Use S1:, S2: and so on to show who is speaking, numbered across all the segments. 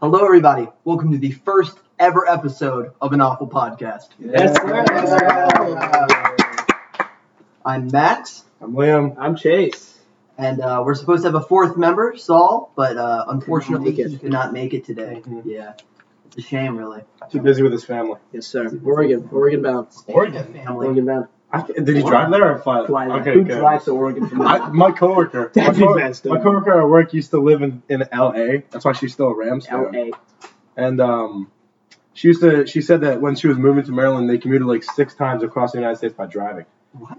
S1: Hello, everybody. Welcome to the first ever episode of an awful podcast.
S2: Yes, sir.
S1: I'm Max,
S3: I'm Liam.
S2: I'm Chase.
S1: and uh, we're supposed to have a fourth member, Saul, but uh, unfortunately
S2: Could not make it.
S1: he could not make it today.
S3: Mhm.
S1: Yeah, it's a shame, really.
S3: Too busy with his family.
S2: Yes, sir. Oregon. Oregon bound.
S3: Oregon?
S1: family.
S2: Oregon bound.
S3: I, did he drive there or fly?
S2: Fly there.
S3: Okay,
S2: Who
S3: good.
S2: drives to Oregon from
S3: I,
S2: there?
S3: my coworker, my,
S2: That'd be
S3: co-
S2: messed
S3: my
S2: up.
S3: coworker at work used to live in, in L.A. That's why she's still a Rams fan.
S2: L.A.
S3: And um, she used to. She said that when she was moving to Maryland, they commuted like six times across the United States by driving.
S1: What?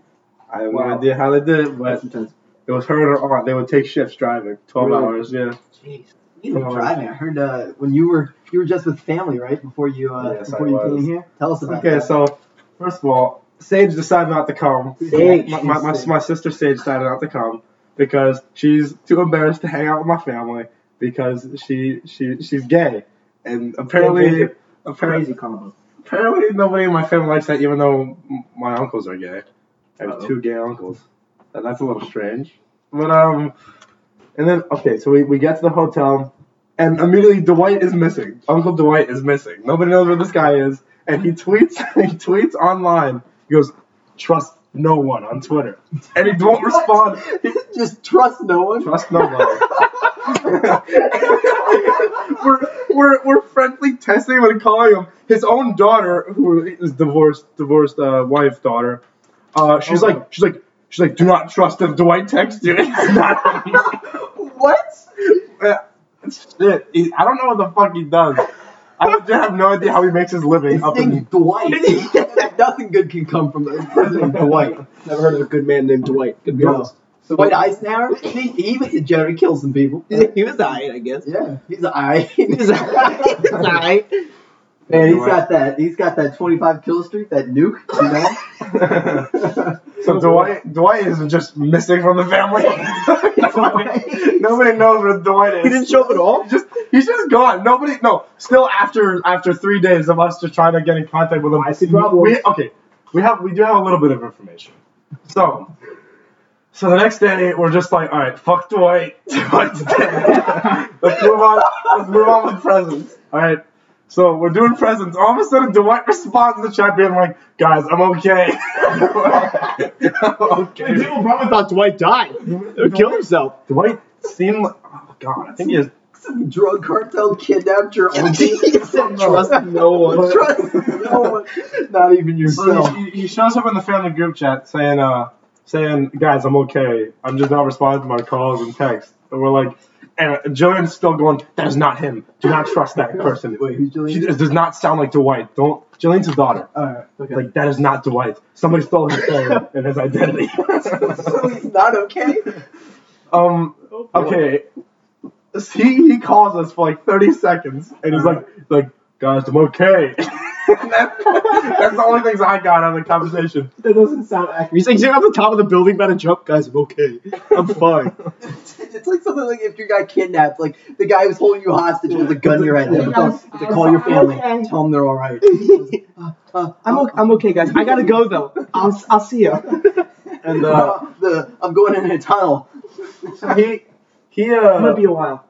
S3: I have no
S2: Wow.
S3: idea how they did it, but it was her and her aunt. They would take shifts driving, twelve
S2: Really?
S3: hours. Yeah.
S1: Jeez. You were driving. I heard uh, when you were you were just with family, right? Before you uh,
S3: Yes,
S1: before
S3: I
S1: you
S3: was.
S1: came here. Tell us about
S3: Okay,
S1: that.
S3: so first of all, Sage decided not to come.
S2: Sage.
S3: My, my, my, my sister Sage decided not to come because she's too embarrassed to hang out with my family because she she she's gay. And apparently apparently,
S2: Crazy combo.
S3: apparently nobody in my family likes that even though m- my uncles are gay. I have
S2: Uh-oh.
S3: two gay uncles. And that's a little strange. But um and then okay, so we, we get to the hotel and immediately Dwight is missing. Uncle Dwight is missing. Nobody knows where this guy is. And he tweets he tweets online. He goes, Trust no one on Twitter. And he won't respond.
S1: just trust no one.
S3: Trust no one. we're, we're, we're friendly testing him and calling him. His own daughter, who is divorced, divorced uh, wife daughter, uh, she's
S2: Okay.
S3: like, she's like, she's like, do not trust him. Dwight texted you. It's not him.
S1: what?
S3: Uh, Shit, he, I don't know what the fuck he does. I legit have no idea how he makes his living.
S1: His
S3: Up
S1: name's
S3: in,
S1: Dwight. Nothing good can come from a person named Dwight.
S2: Never heard of a good man named Dwight. To be
S1: No.
S2: honest.
S1: So Dwight Eisenhower, he, he was a Jerry killed some people.
S2: He was alright, I guess.
S1: Yeah, he's a eye.
S2: He's alright. He's alright.
S1: Man, he's
S3: Dwight.
S1: got that. He's got that 25 kill streak, that nuke. You
S3: so Dwight, Dwight is just missing from the family.
S1: know.
S3: nobody, nobody knows where Dwight is.
S2: He didn't show up at all.
S3: He's just he's just gone. Nobody no. Still after after three days of us just trying to get in contact with him.
S2: I see problems.
S3: We, okay, we have we do have a little bit of information. So so the next day we're just like, all right, fuck Dwight. Dwight's dead. let's move on. Let's move on with presents. All right. So we're doing presents. All of a sudden, Dwight responds to the chat being like, "Guys, I'm okay. I'm okay."
S2: People probably thought Dwight died. He killed himself.
S3: Dwight seemed like, oh god, I think he is
S1: Some drug cartel kidnapped your uncle.
S2: He said, "Trust no one."
S1: Trust no one. Not even
S3: So
S1: yourself.
S3: he, he shows up in the family group chat saying, uh, saying, guys, I'm okay. I'm just not responding to my calls and texts. And we're like, and Jillian's still going, that is not him. Do not trust that person.
S1: Wait, who's
S3: She
S1: Julian?
S3: does does not sound like Dwight. Don't. Jillian's his daughter.
S1: Alright, okay.
S3: Like that is not Dwight. Somebody stole his phone and his identity.
S1: so he's not okay?
S3: um. Okay. He he calls us for like 30 seconds and he's like like guys I'm okay. And that- that's the only things I got out of the conversation.
S2: That doesn't sound accurate. He's like sitting on the top of the building about to jump. Guys, I'm okay. I'm fine.
S1: It's like something like if you got kidnapped, like the guy who's holding you hostage with a gun in your head.
S2: Yeah.
S1: They call, they call your family, tell them they're Uh, alright.
S2: I'm okay, I'm okay, guys. I gotta go though. I'll, I'll see ya.
S3: And uh,
S1: Uh, the, I'm going in a tunnel.
S3: so he he
S2: It might be
S3: uh
S2: a while.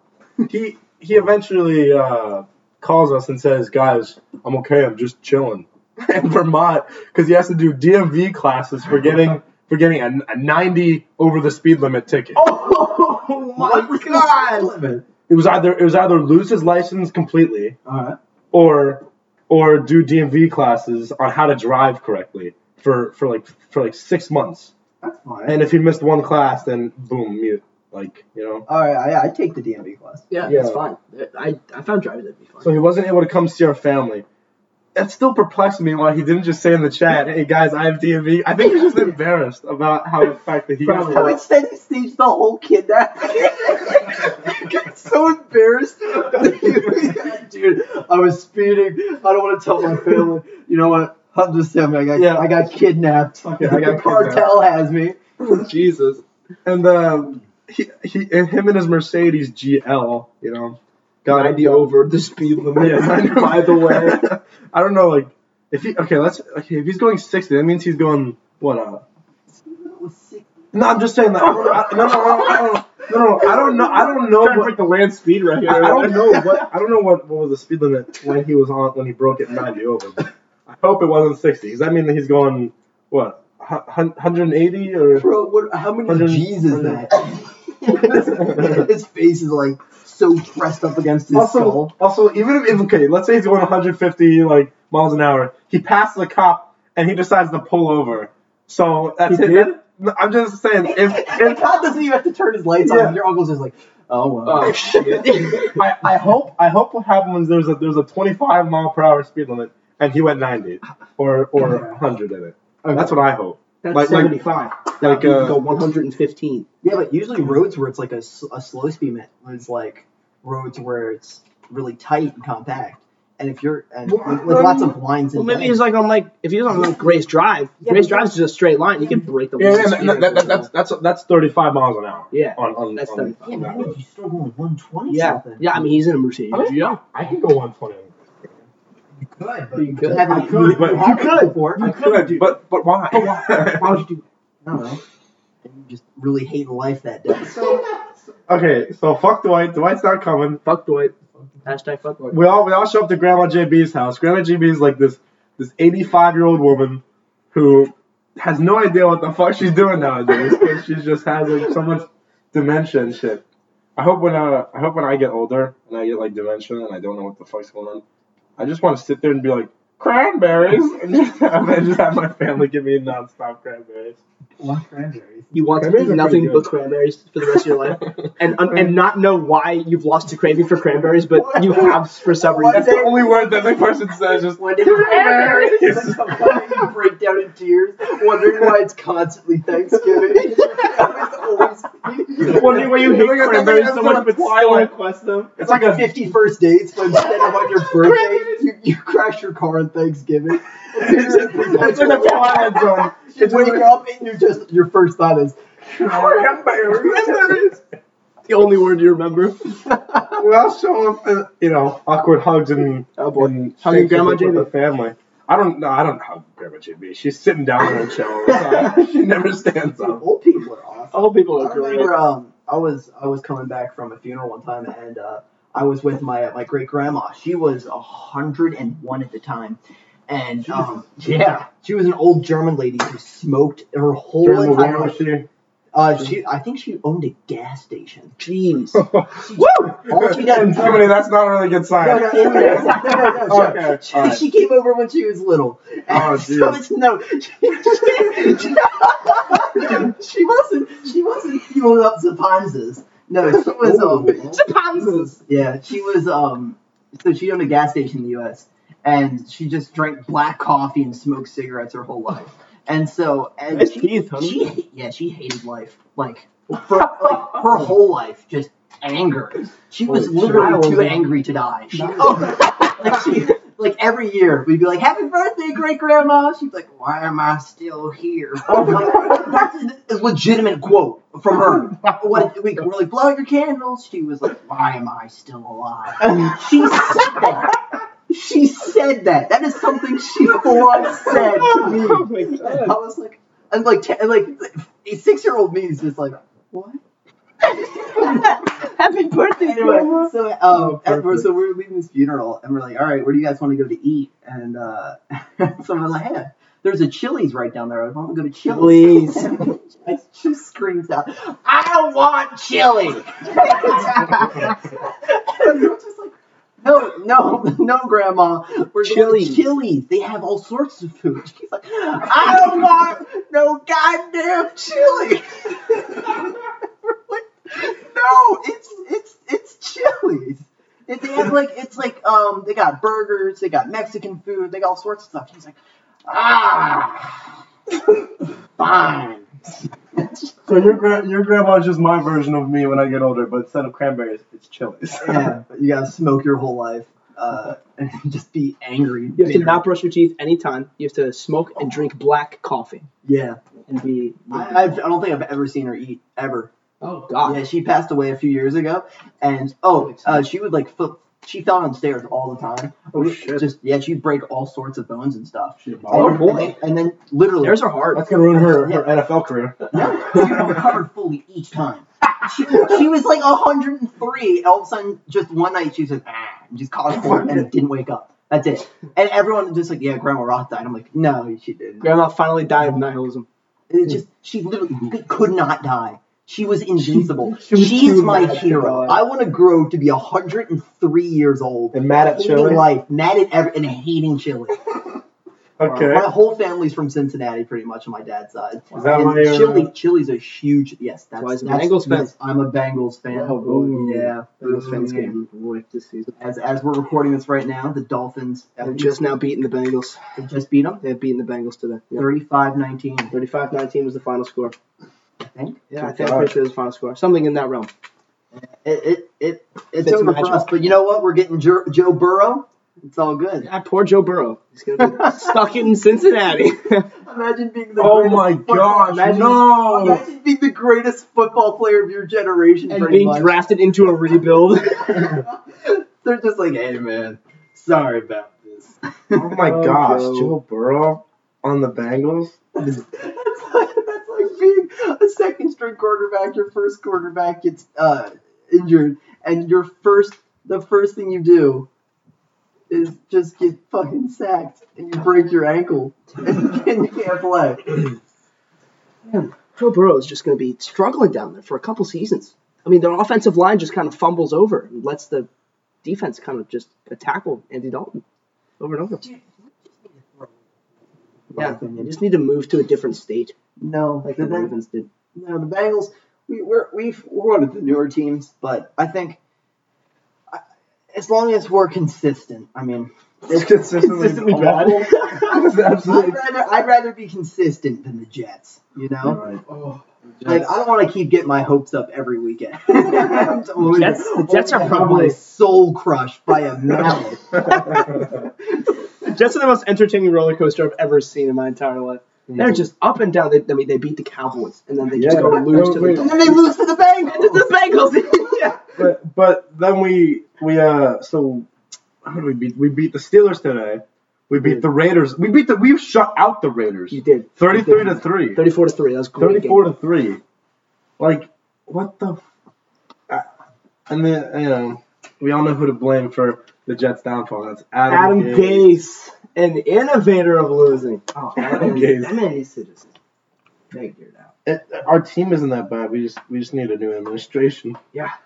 S3: he he eventually uh calls us and says, "Guys, I'm okay. I'm just chilling in Vermont because he has to do DMV classes for getting for getting a, a 90 over the speed limit ticket.
S2: Oh
S1: What? God!
S3: It was either it was either lose his license completely
S1: Alright.
S3: or or do DMV classes on how to drive correctly for for like for like six months.
S1: That's fine. uh,
S3: And if he missed one class, then boom, mute. Like you know.
S1: All right, I, I take the DMV class.
S2: Yeah,
S3: Yeah.
S2: it's fine. I, I found driving to be fine.
S3: So he wasn't able to come see our family. That still perplexed me why he didn't just say in the chat, "Hey guys, I have DMV." I think he was just embarrassed about how the fact that he.
S2: Probably.
S1: How instead he staged the whole kidnapping. I got so embarrassed. Dude, I was speeding. I don't want to tell my family. You know what? I'm just saying, I got,
S3: Yeah.
S1: I got kidnapped.
S3: Okay, I
S1: the
S3: got
S1: cartel has me.
S4: Oh,
S2: Jesus.
S3: And um, he, he, and him and his Mercedes GL, you know, got
S2: 90 over the speed limit.
S3: Oh, Yeah, I know.
S2: By the way,
S3: I don't know, like if he okay, let's okay if he's going sixty, that means he's going what? Uh, no, I'm just saying that. I don't know, I don't know, I don't know. No, no, I don't know. I don't know.
S2: Trying to
S3: What,
S2: break the land speed record.
S3: I I don't know what. I don't know what, what was the speed limit when he was on when he broke it and ninety over. but I hope it wasn't sixty. Does that mean that he's going what hundred and eighty or?
S1: Bro, what, how many
S3: Hundred-
S1: G's is
S3: hundred-
S1: that? his face is like so pressed up against his
S3: Also,
S1: skull.
S3: also, even if okay, let's say he's going 150 like miles an hour, he passes a cop and he decides to pull over. So that's
S2: He
S3: it.
S2: did?
S3: That- I'm just saying, if,
S1: And
S3: if
S1: God doesn't even have to turn his lights
S3: Yeah.
S1: on. Your uncle's just like, oh wow.
S5: Oh shit.
S3: I, I hope I hope what happens is there's a there's a 25 mile per hour speed limit and he went 90 or or 100 in it. That's what I hope.
S4: That's
S3: Like- like-
S4: 75.
S3: Like
S4: you can go
S3: uh,
S4: 115.
S1: Yeah, but usually roads where it's like a, s- a slow speed limit, when it's like roads where it's really tight and compact. And if you're and with, with lots of blinds
S4: Well,
S1: and
S4: maybe
S1: bends.
S4: he's like on like if he was on like Grace Drive.
S1: Yeah,
S4: Grace
S1: but-
S4: Drive's just a straight line. You can break the.
S3: yeah,
S4: line.
S3: yeah, that, that, that, that's that's that's 35 miles an hour.
S4: Yeah,
S3: on on,
S4: that's
S3: on,
S4: 35.
S3: on
S6: Yeah,
S3: that
S6: but
S3: road.
S6: if you still going 120
S4: yeah,
S6: something.
S4: yeah. I mean, he's in a Mercedes.
S3: Okay.
S4: Yeah.
S3: I can go 120.
S6: You could, but
S1: But you could.
S6: I
S1: Have
S6: could,
S1: you,
S3: but-
S1: you Oh, have it before.
S6: I
S1: I
S6: could, dude.
S3: but but why?
S6: But why, why would you do
S1: don't know. And you just really hate life that day.
S3: Okay, so fuck Dwight. Dwight's not coming.
S4: Fuck Dwight. Hashtag fuck Dwight.
S3: We all we all show up to Grandma JB's house. Grandma JB is like this this 85 year old woman who has no idea what the fuck she's doing nowadays. 'cause she just has like so much dementia and shit. I hope when uh, I hope when I get older and I get like dementia and I don't know what the fuck's going on, I just want to sit there and be like cranberries and just have, and just have my family give me nonstop cranberries.
S6: One cranberries?
S4: You want to
S3: Cranberries
S4: eat
S3: are
S4: nothing
S3: pretty
S4: but
S3: good.
S4: cranberries for the rest of your life, and un- and not know why you've lost your craving for cranberries, but you have for some
S3: That's
S4: reason.
S3: the only word that the person says. Just
S1: When it
S3: Cranberries.
S1: you break down in tears, wondering why it's constantly Thanksgiving. It's always-
S2: Wondering why you hate cranberries so much, but still request them.
S1: It's like a 51st dates, but instead of on your birthday, you, you crash your car on Thanksgiving.
S3: It's in the twilight zone.
S1: You wake up and you're just your first thought is
S3: Cranberries.
S4: the only word you remember.
S3: We all show up, and, you know, awkward hugs and,
S4: Oh, boy.
S3: and
S4: Hugging
S3: shakes
S4: Grandma
S3: with the- with
S4: JB.
S3: the family. I don't know. I don't hug Grandma JB. She's sitting down in her chair. all the time. she never stands
S1: "Dude,
S3: up.
S1: old people are awesome.
S4: All people are
S1: I
S4: great.
S1: remember um, I was I was coming back from a funeral one time and uh, I was with my my great grandma. She was hundred and one at the time, and um, yeah, she was an old German lady who smoked her whole
S3: During the
S1: entire
S3: war,
S1: life.
S3: she.
S1: Uh, she I think she owned a gas station.
S4: Jeez.
S3: Woo!
S1: All she done-
S3: In Germany, that's not a really good sign.
S1: No, no, no, no, no, no, no, no.
S3: Okay,
S1: She,
S3: all right.
S1: she came over when she was little. And
S3: Oh,
S1: so
S3: dear.
S1: it's no. She, she wasn't. She wasn't fueling up the panzas. No, she was. Um, yeah, she was. Um, so she owned a gas station in the U.S. and she just drank black coffee and smoked cigarettes her whole life. And so, and
S4: Nice
S1: she,
S4: teeth, honey.
S1: she, yeah, she hated life. Like, for, like her whole life, just anger. She was
S3: Holy
S1: literally
S4: shit.
S1: too angry to die. She, oh, like she, like every year we'd be like, "Happy birthday, great grandma." She'd be like, "Why am I still here?" Like, That's a legitimate quote from her. What we were like, "Blow out your candles." She was like, "Why am I still alive?" she said that. She said that. That is something she full on said to me.
S4: Oh my god.
S1: I was like, and like, te- and like, a six year old me is just like, what? Happy birthday, anyway. So, um,
S3: Oh,
S1: and we're,
S3: perfect.
S1: so we're leaving this funeral, and we're like, all right, where do you guys want to go to eat? And uh, someone's like, hey, there's a Chili's right down there. I want to go to Chili's. And she screams out, I want chili. and we're just like, no, no, no, Grandma. We're going
S4: Chili's.
S1: to Chili's. They have all sorts of food. She's like, I don't want no goddamn chili. We're like, no, it's it's it's Chili's. And they have like it's like um they got burgers, they got Mexican food, they got all sorts of stuff. She's like, ah, fine.
S3: So your gra- your grandma's just my version of me when I get older, but instead of cranberries, it's chilies.
S1: Yeah, but you gotta smoke your whole life. Uh, and just be angry.
S4: You have to
S1: bitter.
S4: not brush your teeth anytime. You have to smoke and drink black coffee
S1: Yeah,
S4: and be.
S1: I, I don't think I've ever seen her eat ever.
S4: oh god.
S1: Yeah, she passed away a few years ago, and oh, uh, she would like flip. She fell downstairs all the time.
S3: Oh, shit.
S1: Just yeah, she'd break all sorts of bones and stuff.
S4: Oh,
S1: and,
S4: boy.
S1: and, then literally,
S4: There's are hard.
S3: That's gonna ruin her, her NFL career.
S1: no, she recovered fully each time. she, she was like 103. All of a sudden, just one night, she was like, ah, and just called for it and didn't wake up. That's it. And everyone just like, yeah, Grandma Roth died. I'm like, no, she didn't.
S2: Grandma finally died of nihilism.
S1: It just she literally c- could not die. She was invincible.
S6: she was
S1: She's
S6: too
S1: my
S6: mad to
S1: hero.
S6: die.
S1: I want to grow to be 103 years old.
S6: And mad at
S1: hating
S6: Chile?
S1: life, mad at every, and hating Chile.
S3: Okay.
S1: My whole family's from Cincinnati, pretty much on my dad's side.
S3: Is that
S1: and
S3: why you're-
S1: Chile, Chile's a huge yes. That's,
S4: why he's a
S1: that's-
S4: Bengals fan.
S1: yes, I'm a Bengals fan.
S4: Oh, boy.
S1: yeah,
S4: Bengals fans
S1: Mm.
S4: getting ripped this season.
S1: As as we're recording this right now, the Dolphins
S4: They're just now beating the Bengals.
S1: they just beat them
S4: They've beaten the Bengals today. Yeah.
S1: 35-19.
S4: 35-19 was the final score.
S1: I think
S4: Yeah, I think I'm pretty sure it was the final score. Something in that realm.
S1: it it, it it's
S4: Fits
S1: over
S4: magic.
S1: for us. But you know what? We're getting Jer- Joe Burrow. It's all good.
S4: Yeah, poor Joe Burrow. He's gonna be stuck in Cincinnati.
S1: Imagine being the
S3: Oh
S1: greatest
S3: my
S1: football-
S3: gosh,
S1: Imagine,
S3: no!
S1: imagine being the greatest football player of your generation.
S4: and
S1: pretty
S4: being
S1: much.
S4: drafted into a rebuild.
S1: They're just like, hey man, sorry about this.
S3: Oh my
S4: Oh,
S3: gosh,
S4: Joe.
S3: Joe Burrow on the Bengals?
S1: that's, like, that's like being a second string quarterback. Your first quarterback gets uh, injured, and your first the first thing you do is just get fucking sacked and you break your ankle and you can't play.
S4: Joe Burrow is just gonna be struggling down there for a couple seasons. I mean, their offensive line just kind of fumbles over and lets the defense kind of just tackle Andy Dalton over and over. Yeah, they just need to move to a different state
S1: No,
S4: like
S1: the
S4: the
S1: Ben-
S4: Ravens did.
S1: No, the Bengals. We, we're we've, we're one of the newer teams, but I think I, as long as we're consistent, I mean,
S3: It's consistently,
S2: Consistently bad.
S3: It's absolutely-
S1: I'd rather I'd rather be consistent than the Jets. You know,
S2: Oh,
S1: like I don't want to keep getting my hopes up every weekend. I'm only-
S4: Jets- the Jets
S1: only
S4: are
S1: have
S4: probably-
S1: my soul crushed by a mallet.
S4: Jets are the most entertaining roller coaster I've ever seen in my entire life. They're just up and down. They, I mean, they beat the Cowboys and then they just
S3: Yeah.
S4: go and lose to the
S3: Wait.
S1: and then they lose to the Bengals.
S4: the Bengals. yeah.
S3: But but then we we uh so how did we beat we beat the Steelers today. We beat the Raiders. We beat the we've shut out the Raiders.
S4: You did.
S3: Thirty three to three.
S4: 34 to 3. That was a great.
S3: Thirty four
S4: game.
S3: to three. Like what the f- I- and then you know we all know who to blame for the Jets downfall. That's Adam,
S4: Adam Gase, an innovator of losing.
S6: Oh,
S3: Adam Gase.
S4: That man is citizen.
S6: figured out.
S3: It- our team isn't that bad. We just we just need a new administration.
S4: No,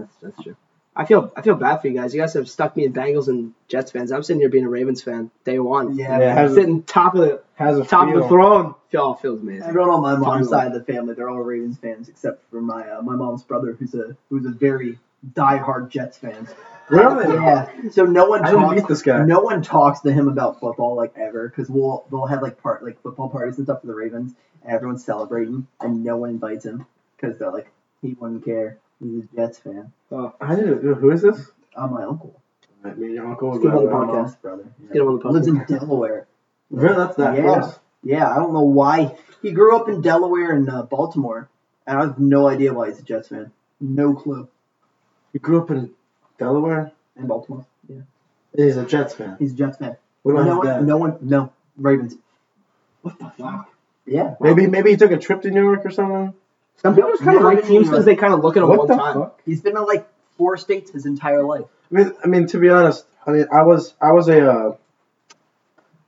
S4: that's, that's true. I feel I feel bad for you guys. You guys have stuck me in Bengals and Jets fans. I'm sitting here being a Ravens fan day one.
S1: Yeah,
S3: Yeah.
S4: I'm sitting top of the
S3: Has a
S4: top of the
S3: feel.
S4: throne. Feel feels amazing.
S1: Everyone on my mom's
S4: Finally.
S1: side of the family, they're all Ravens fans except for my uh, my mom's brother, who's a who's a very diehard Jets fan.
S3: Really?
S1: Yeah. So no one
S3: I didn't
S1: talks.
S3: beat this guy.
S1: No one talks to him about football like ever because we'll they'll have like part like football parties and stuff for the Ravens and everyone's celebrating and no one invites him because they're like he wouldn't care. He's a Jets fan.
S3: I didn't. Who is this?
S1: I'm Oh, my uncle.
S3: I mean, your uncle.
S4: Let's get him on the
S1: My
S4: podcast.
S1: mom's brother.
S4: Get him on the podcast.
S1: Lives in Delaware.
S3: Really? That's that
S1: Yeah.
S3: close?
S1: Yeah, I don't know why he grew up in Delaware and uh, Baltimore, and I have no idea why he's a Jets fan. No clue.
S3: You grew up in Delaware?
S1: In Baltimore, yeah,
S3: He's a Jets fan.
S1: he's a Jets fan.
S3: What about
S1: no,
S3: his dad?
S1: one, no one, no Ravens. What the
S4: Wow.
S1: fuck? Yeah.
S3: Maybe maybe he took a trip to New York or something.
S4: Some people just kind of
S1: Never
S4: like
S1: been
S4: teams
S1: anywhere.
S4: because they kind of look at them
S3: What
S4: one
S3: the
S4: time.
S3: fuck?
S1: He's been to like four states his entire life.
S3: I mean, I mean, to be honest, I mean, I was I was a uh,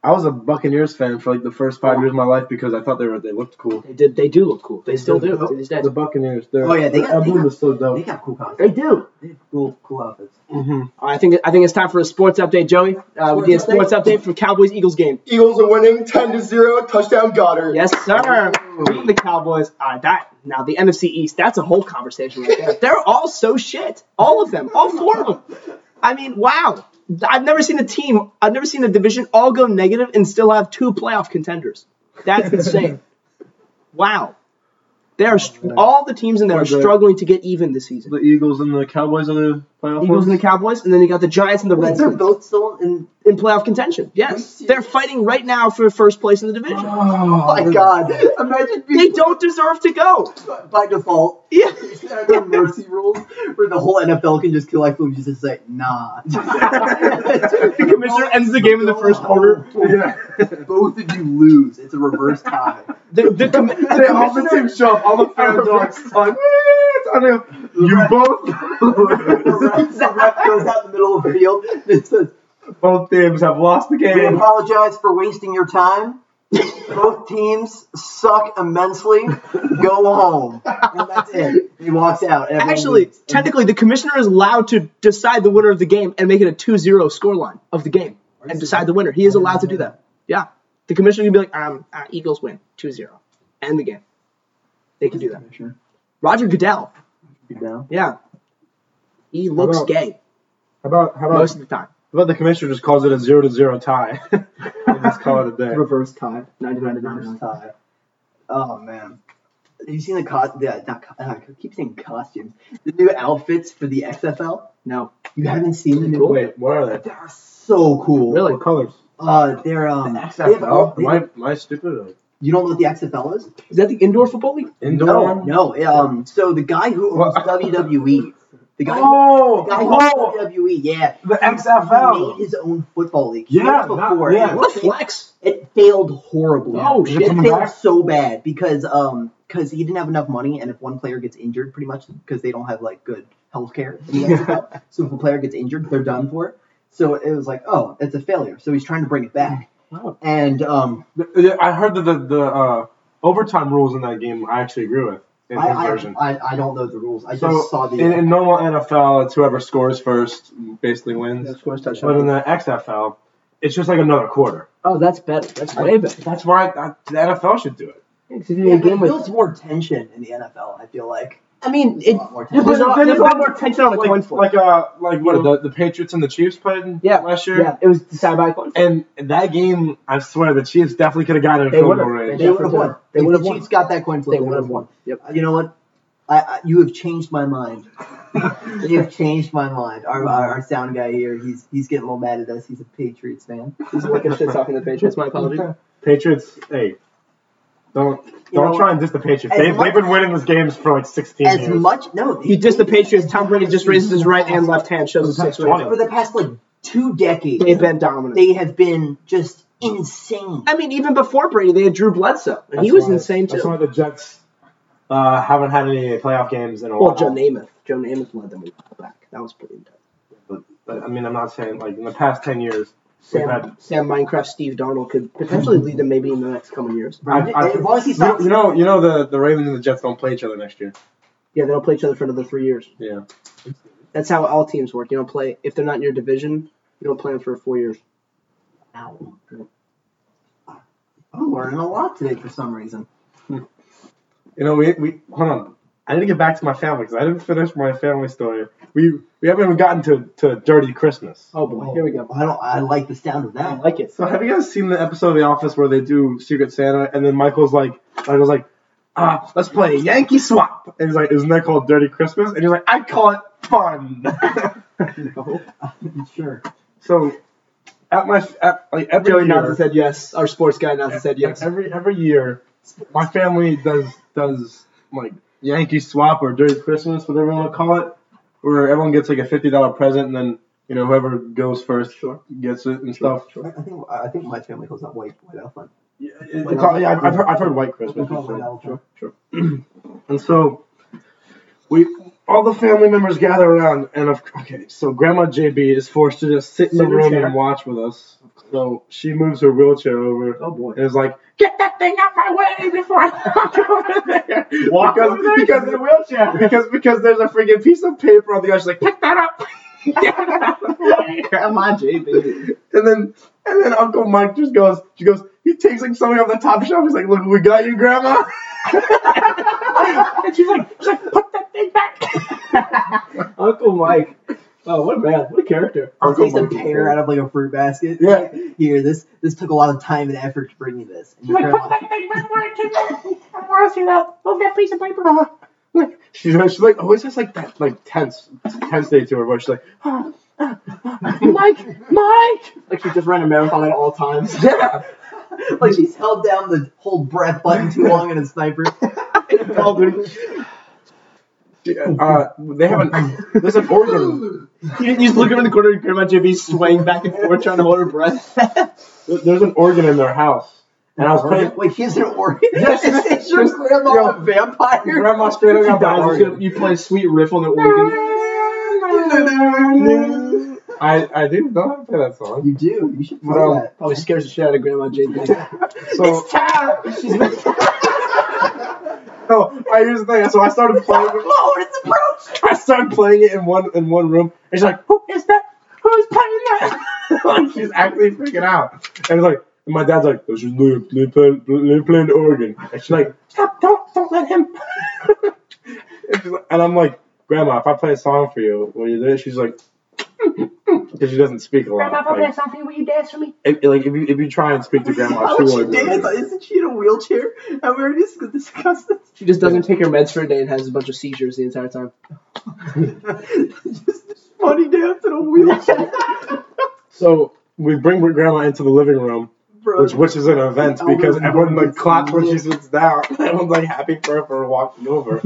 S3: I was a Buccaneers fan for like the first five years of my life because I thought they were they looked cool.
S4: They did. They do look cool. They still do.
S3: Oh,
S1: do.
S4: To this day.
S3: The Buccaneers, they're,
S1: Oh, yeah, they
S3: their
S1: got- they
S3: emblem
S1: got-
S3: is so
S1: They
S3: dope.
S1: got cool costumes.
S4: They do.
S1: They have cool, cool outfits.
S3: Mm-hmm.
S4: I think I think it's time for a sports update, Joey. Uh, we did a
S1: Sports
S4: sports update for Cowboys Eagles game.
S2: Eagles are winning 10 to 0. Touchdown Goddard.
S4: Yes, sir. Beating the Cowboys. Uh, that now the NFC East. That's a whole conversation right there. They're all so shit. All of them. All four of them. I mean, wow. I've never seen a team. I've never seen a division all go negative and still have two playoff contenders. That's insane. wow. They are str- all the teams in there are
S3: Where's the-
S4: struggling to get even this season.
S3: The Eagles and the Cowboys are the playoff.
S4: Eagles and the
S3: ones?
S4: Cowboys, and then you got the Giants and the
S1: Wait, they're
S4: Redskins.
S1: both still in.
S4: in playoff contention. Yes, they're fighting right now for first place in the division.
S3: Uh-huh.
S1: Oh my god! Imagine
S4: They
S1: being
S4: don't deserve to go.
S1: by default.
S4: Yeah,
S1: Are there mercy rules where the whole NFL can just collectively just say nah?
S4: the commissioner ends the game in the first quarter.
S3: Yeah.
S1: Both of you lose. It's a reverse tie.
S4: The, the, commi- the
S3: They all the
S4: commissioner,
S3: team show up. All the fans are like, on him. You both
S1: the ref goes out in the middle of the field and says,
S3: both teams have lost the
S1: We
S3: game.
S1: apologize for wasting your time. Both teams suck immensely. Go home. And that's it. He walks out. Everyone
S4: Actually,
S1: leaves.
S4: technically, the commissioner is allowed to decide the winner of the game and make it a 2-0 scoreline of the game and decide the winner. He is allowed to do that. Yeah. The commissioner can be like, um, uh, Eagles win 2-0. End the game. They can do that. Roger Goodell.
S1: You know?
S4: Yeah. He looks
S2: about-
S4: gay
S2: How about how about
S4: most of the time.
S3: But the commissioner just calls it a zero to zero tie. and just call it a day.
S1: Reverse tie.
S4: 99 to 99.
S1: tie. Oh man. Have you seen the cost? The, not, co- uh, I keep saying costumes. The new outfits for the XFL.
S4: No.
S1: You haven't seen the new.
S3: Wait, what are they?
S1: They are so cool.
S4: Really?
S3: What colors?
S1: Uh, they're um.
S6: The
S1: they have all-
S6: XFL?
S1: they-
S3: Am I, am I stupid? Or
S1: you don't know what the XFL is?
S4: Is that the indoor football league?
S3: indoor?
S1: No,
S3: one?
S1: no. Um, so the guy who owns
S3: What?
S1: WWE, the guy, who- the
S3: Oh,
S1: guy who
S3: oh,
S1: owns WWE, yeah,
S3: the
S1: he
S3: XFL.
S1: made his own football league. He
S3: Yeah,
S1: did it
S3: that-
S1: before.
S3: yeah.
S1: and
S4: What a
S1: it-
S4: flex.
S1: It failed horribly.
S4: Oh,
S1: it
S3: is it coming
S1: failed
S3: back?
S1: so bad because um because he didn't have enough money, and if one player gets injured, pretty much because they don't have like good health care, so if a player gets injured, they're done for. So it was like, oh, it's a failure. So he's trying to bring it back,
S4: Mm.
S3: Wow.
S1: and um,
S3: The- the- I heard that the, the uh, overtime rules in that game I actually agree with in
S1: I,
S3: his
S1: I,
S3: version.
S1: I I don't know the rules. I
S3: So,
S1: just saw the.
S3: in, in normal NFL, it's whoever scores first basically wins.
S4: Of course, touchdown.
S3: But in the XFL, it's just like another quarter.
S4: Oh, that's better. That's way better.
S3: That's why I, the NFL should do it.
S1: Yeah, but it feels more tension in the NFL. I feel like.
S4: I mean, it,
S1: A lot more
S4: there's,
S1: tension.
S4: a lot,
S3: Then-
S4: there's a lot
S3: then-
S4: more tension on a
S3: like,
S4: coin flip.
S3: Like uh, like
S4: You
S3: what
S4: know?
S3: the, the Patriots and the Chiefs played
S4: Yeah,
S3: last year.
S4: yeah, it was decided by a coin flip.
S3: And that game, I swear, the Chiefs definitely could have gotten a
S4: They
S3: field
S4: would've.
S3: goal range.
S1: They would have won.
S4: They
S1: If
S4: would've
S1: the
S4: won.
S1: Chiefs got that coin flip.
S4: They would have won. Yep.
S1: Uh, You know what? I, I you have changed my mind. you have changed my mind. Our, our our sound guy here, he's he's getting a little mad at us. He's a Patriots fan.
S4: He's looking shit talking to the Patriots. My apologies.
S3: Patriots, hey, don't don't
S1: You know
S3: try and diss the Patriots.
S1: As
S3: They,
S1: much-
S3: they've been winning this games for like 16
S1: As
S3: years.
S1: much no,
S4: He just the Patriots. Tom Brady just raises his right and left hand, shows his six
S3: Twenty.
S4: ways.
S1: for the past like two decades.
S4: They've been dominant.
S1: They have been just insane.
S4: I mean, even before Brady, they had Drew Bledsoe, and he
S3: That's
S4: was
S3: why-
S4: insane
S3: That's why
S4: too.
S3: the Jets uh, haven't had any playoff games in a
S4: Well,
S3: while.
S4: Joe Namath. Joe Namath led them a while back. That was pretty intense.
S3: But, I mean, I'm not saying like in the past 10 years. we've had-
S4: Sam, Sam Minecraft, Steve Darnold could potentially lead them maybe in the next coming years.
S3: I- I-
S1: As long as he
S3: you, know,
S1: stops-
S3: you know, you know the the Ravens and the Jets don't play each other next year.
S4: Yeah, they don't play each other for another three years.
S3: Yeah.
S4: That's how all teams work. You don't play if they're not in your division. You don't play them for four years.
S1: Ow. I'm learning a lot today for some reason.
S3: You know, we, we hold on. I need to get back to my family because I didn't finish my family story. We we haven't even gotten to, to Dirty Christmas.
S4: Oh boy, here we go.
S1: I don't. I like the sound of
S4: I
S1: that.
S4: like it.
S3: So have you guys seen the episode of The Office where they do Secret Santa and then Michael's like Michael's like, ah, let's play Yankee Swap and he's like, isn't that called Dirty Christmas? And he's like, I call it fun.
S1: Sure.
S3: so at my at, like every
S4: Joey
S3: year,
S4: Nazi said yes. Our sports guy Nazi said yes.
S3: every every year, my family does does like Yankee Swap or Dirty Christmas, whatever you want to call it, where everyone gets like a fifty dollar present and then you know whoever goes first
S4: Sure.
S3: gets it and stuff.
S1: I I think I think my family calls that white white elephant.
S3: Yeah, it- it's all- yeah, I've, I've, heard, I've heard White Christmas.
S1: Call it white elephant.
S3: And so we all the family members gather around, and of, okay, so Grandma JB is forced to just sit in the
S4: Sit in a
S3: room
S4: chair.
S3: and watch with us. So she moves her wheelchair over
S4: Oh boy.
S3: and is like, "Get that thing out my way before I walk over there."
S2: Walk
S3: because,
S2: over there,
S3: because
S2: he's in a wheelchair.
S3: because because there's a freaking piece of paper on the other. She's like, "Pick that up." Get it out of the way."
S4: Grandma JB.
S3: And then and then Uncle Mike just goes, she goes, he takes like something off the top shelf. He's like, look, we got you, Grandma. and she's like, she's like, put that thing back.
S4: Uncle Mike. Oh, what a man. What a character.
S1: I'll
S3: Uncle
S1: take some
S3: Mike.
S1: pear out of like a fruit basket.
S3: Yeah.
S1: Here, this this took a lot of time and effort to bring you this. And your
S3: Like, put
S1: grandma,
S3: that thing back where it came from. I want to see that. Move that piece of paper. Like, she's, like- she's like, always has like that, like tense, tense day to her where she's like, "Ah, ah, ah, Mike, Mike.
S4: Like she just ran a marathon at all times.
S3: Yeah.
S1: like she's held down the hold breath button too long in a sniper.
S3: Uh, they have an, there's an organ,
S4: You, you just look over in the corner and Grandma JB swaying back and forth trying to hold her breath.
S3: there's an organ in their house. And I was playing.
S1: Wait, he's an Oregon.
S3: Yes,
S1: is your grandma
S3: yo.
S1: a vampire?
S3: Grandma straight up got that Oregon.
S2: you play sweet riff on the organ.
S3: I, I do know how to play that song.
S1: you do. You should play
S3: Well,
S1: that.
S4: Probably scares the shit out of Grandma Jane.
S3: So,
S1: time.
S3: no, I here's the thing. So I started playing. it-
S1: it's approaching.
S3: I started playing it in one in one room. And she's like, "Who is that? Who's playing that?" like she's actually freaking out. And it's like, and my dad's like, "This is Luke. Luke playing, Luke playing the organ." And she's like, "Stop! Don't don't let him." and, she's like- and I'm like, "Grandma, if I play a song for you, will you do it?" She's like. Because she doesn't speak a lot.
S5: Grandma, if I play
S3: Like,
S5: a song for you, will you dance for me?
S3: if, like if you if you try and speak to grandma,
S1: How
S3: she
S1: would she
S3: won't. do
S1: dance?
S3: it.
S1: Isn't she in a wheelchair? And we were just discussed this.
S4: She just doesn't take her meds for a day and has a bunch of seizures the entire time.
S1: just this funny dance in a wheelchair.
S3: So we bring grandma into the living room,
S1: Bro.
S3: which which is an event
S1: Oh,
S3: because
S1: my
S3: everyone like
S1: goodness.
S3: claps when she sits down. Everyone's like happy for her for walking over.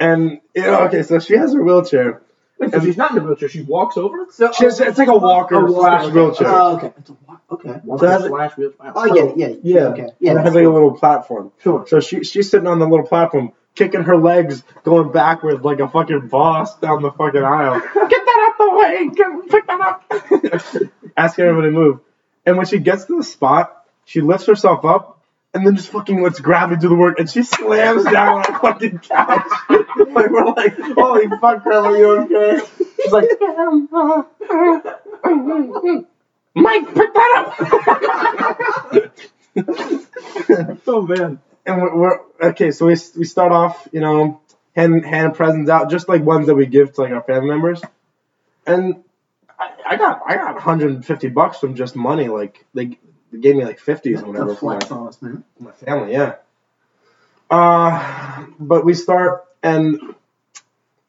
S3: and you know, okay, so she has her wheelchair.
S4: Wait,
S3: so she's
S4: not in a wheelchair. She walks over.
S1: so,
S3: She has, it's like a walker slash wheelchair.
S1: oh, okay. It's a wa- Okay.
S4: Walks
S3: So that's-
S4: slash wheelchair.
S1: Oh, yeah, yeah.
S3: Yeah.
S1: Okay.
S3: And it
S1: Yeah.
S3: has like a little platform.
S1: Sure.
S3: So she she's sitting on the little platform, kicking her legs, going backwards like a fucking boss down the fucking aisle. Get that out the way! Get, pick that up! Asking everybody to move. And when she gets to the spot, she lifts herself up and then just fucking lets gravity do the work and she slams down on a fucking couch. like we're like, holy fuck, grandma, you okay? She's like, Mike, pick that up!
S2: Oh man.
S3: and we're, we're okay. So we we start off, you know, hand hand presents out, just like ones that we give to like our family members. And I, I got I got 150 bucks from just money. Like they, they gave me like 50s or whatever
S1: The
S3: for my,
S1: flex on us, man.
S3: for my family. Yeah. Uh, but we start and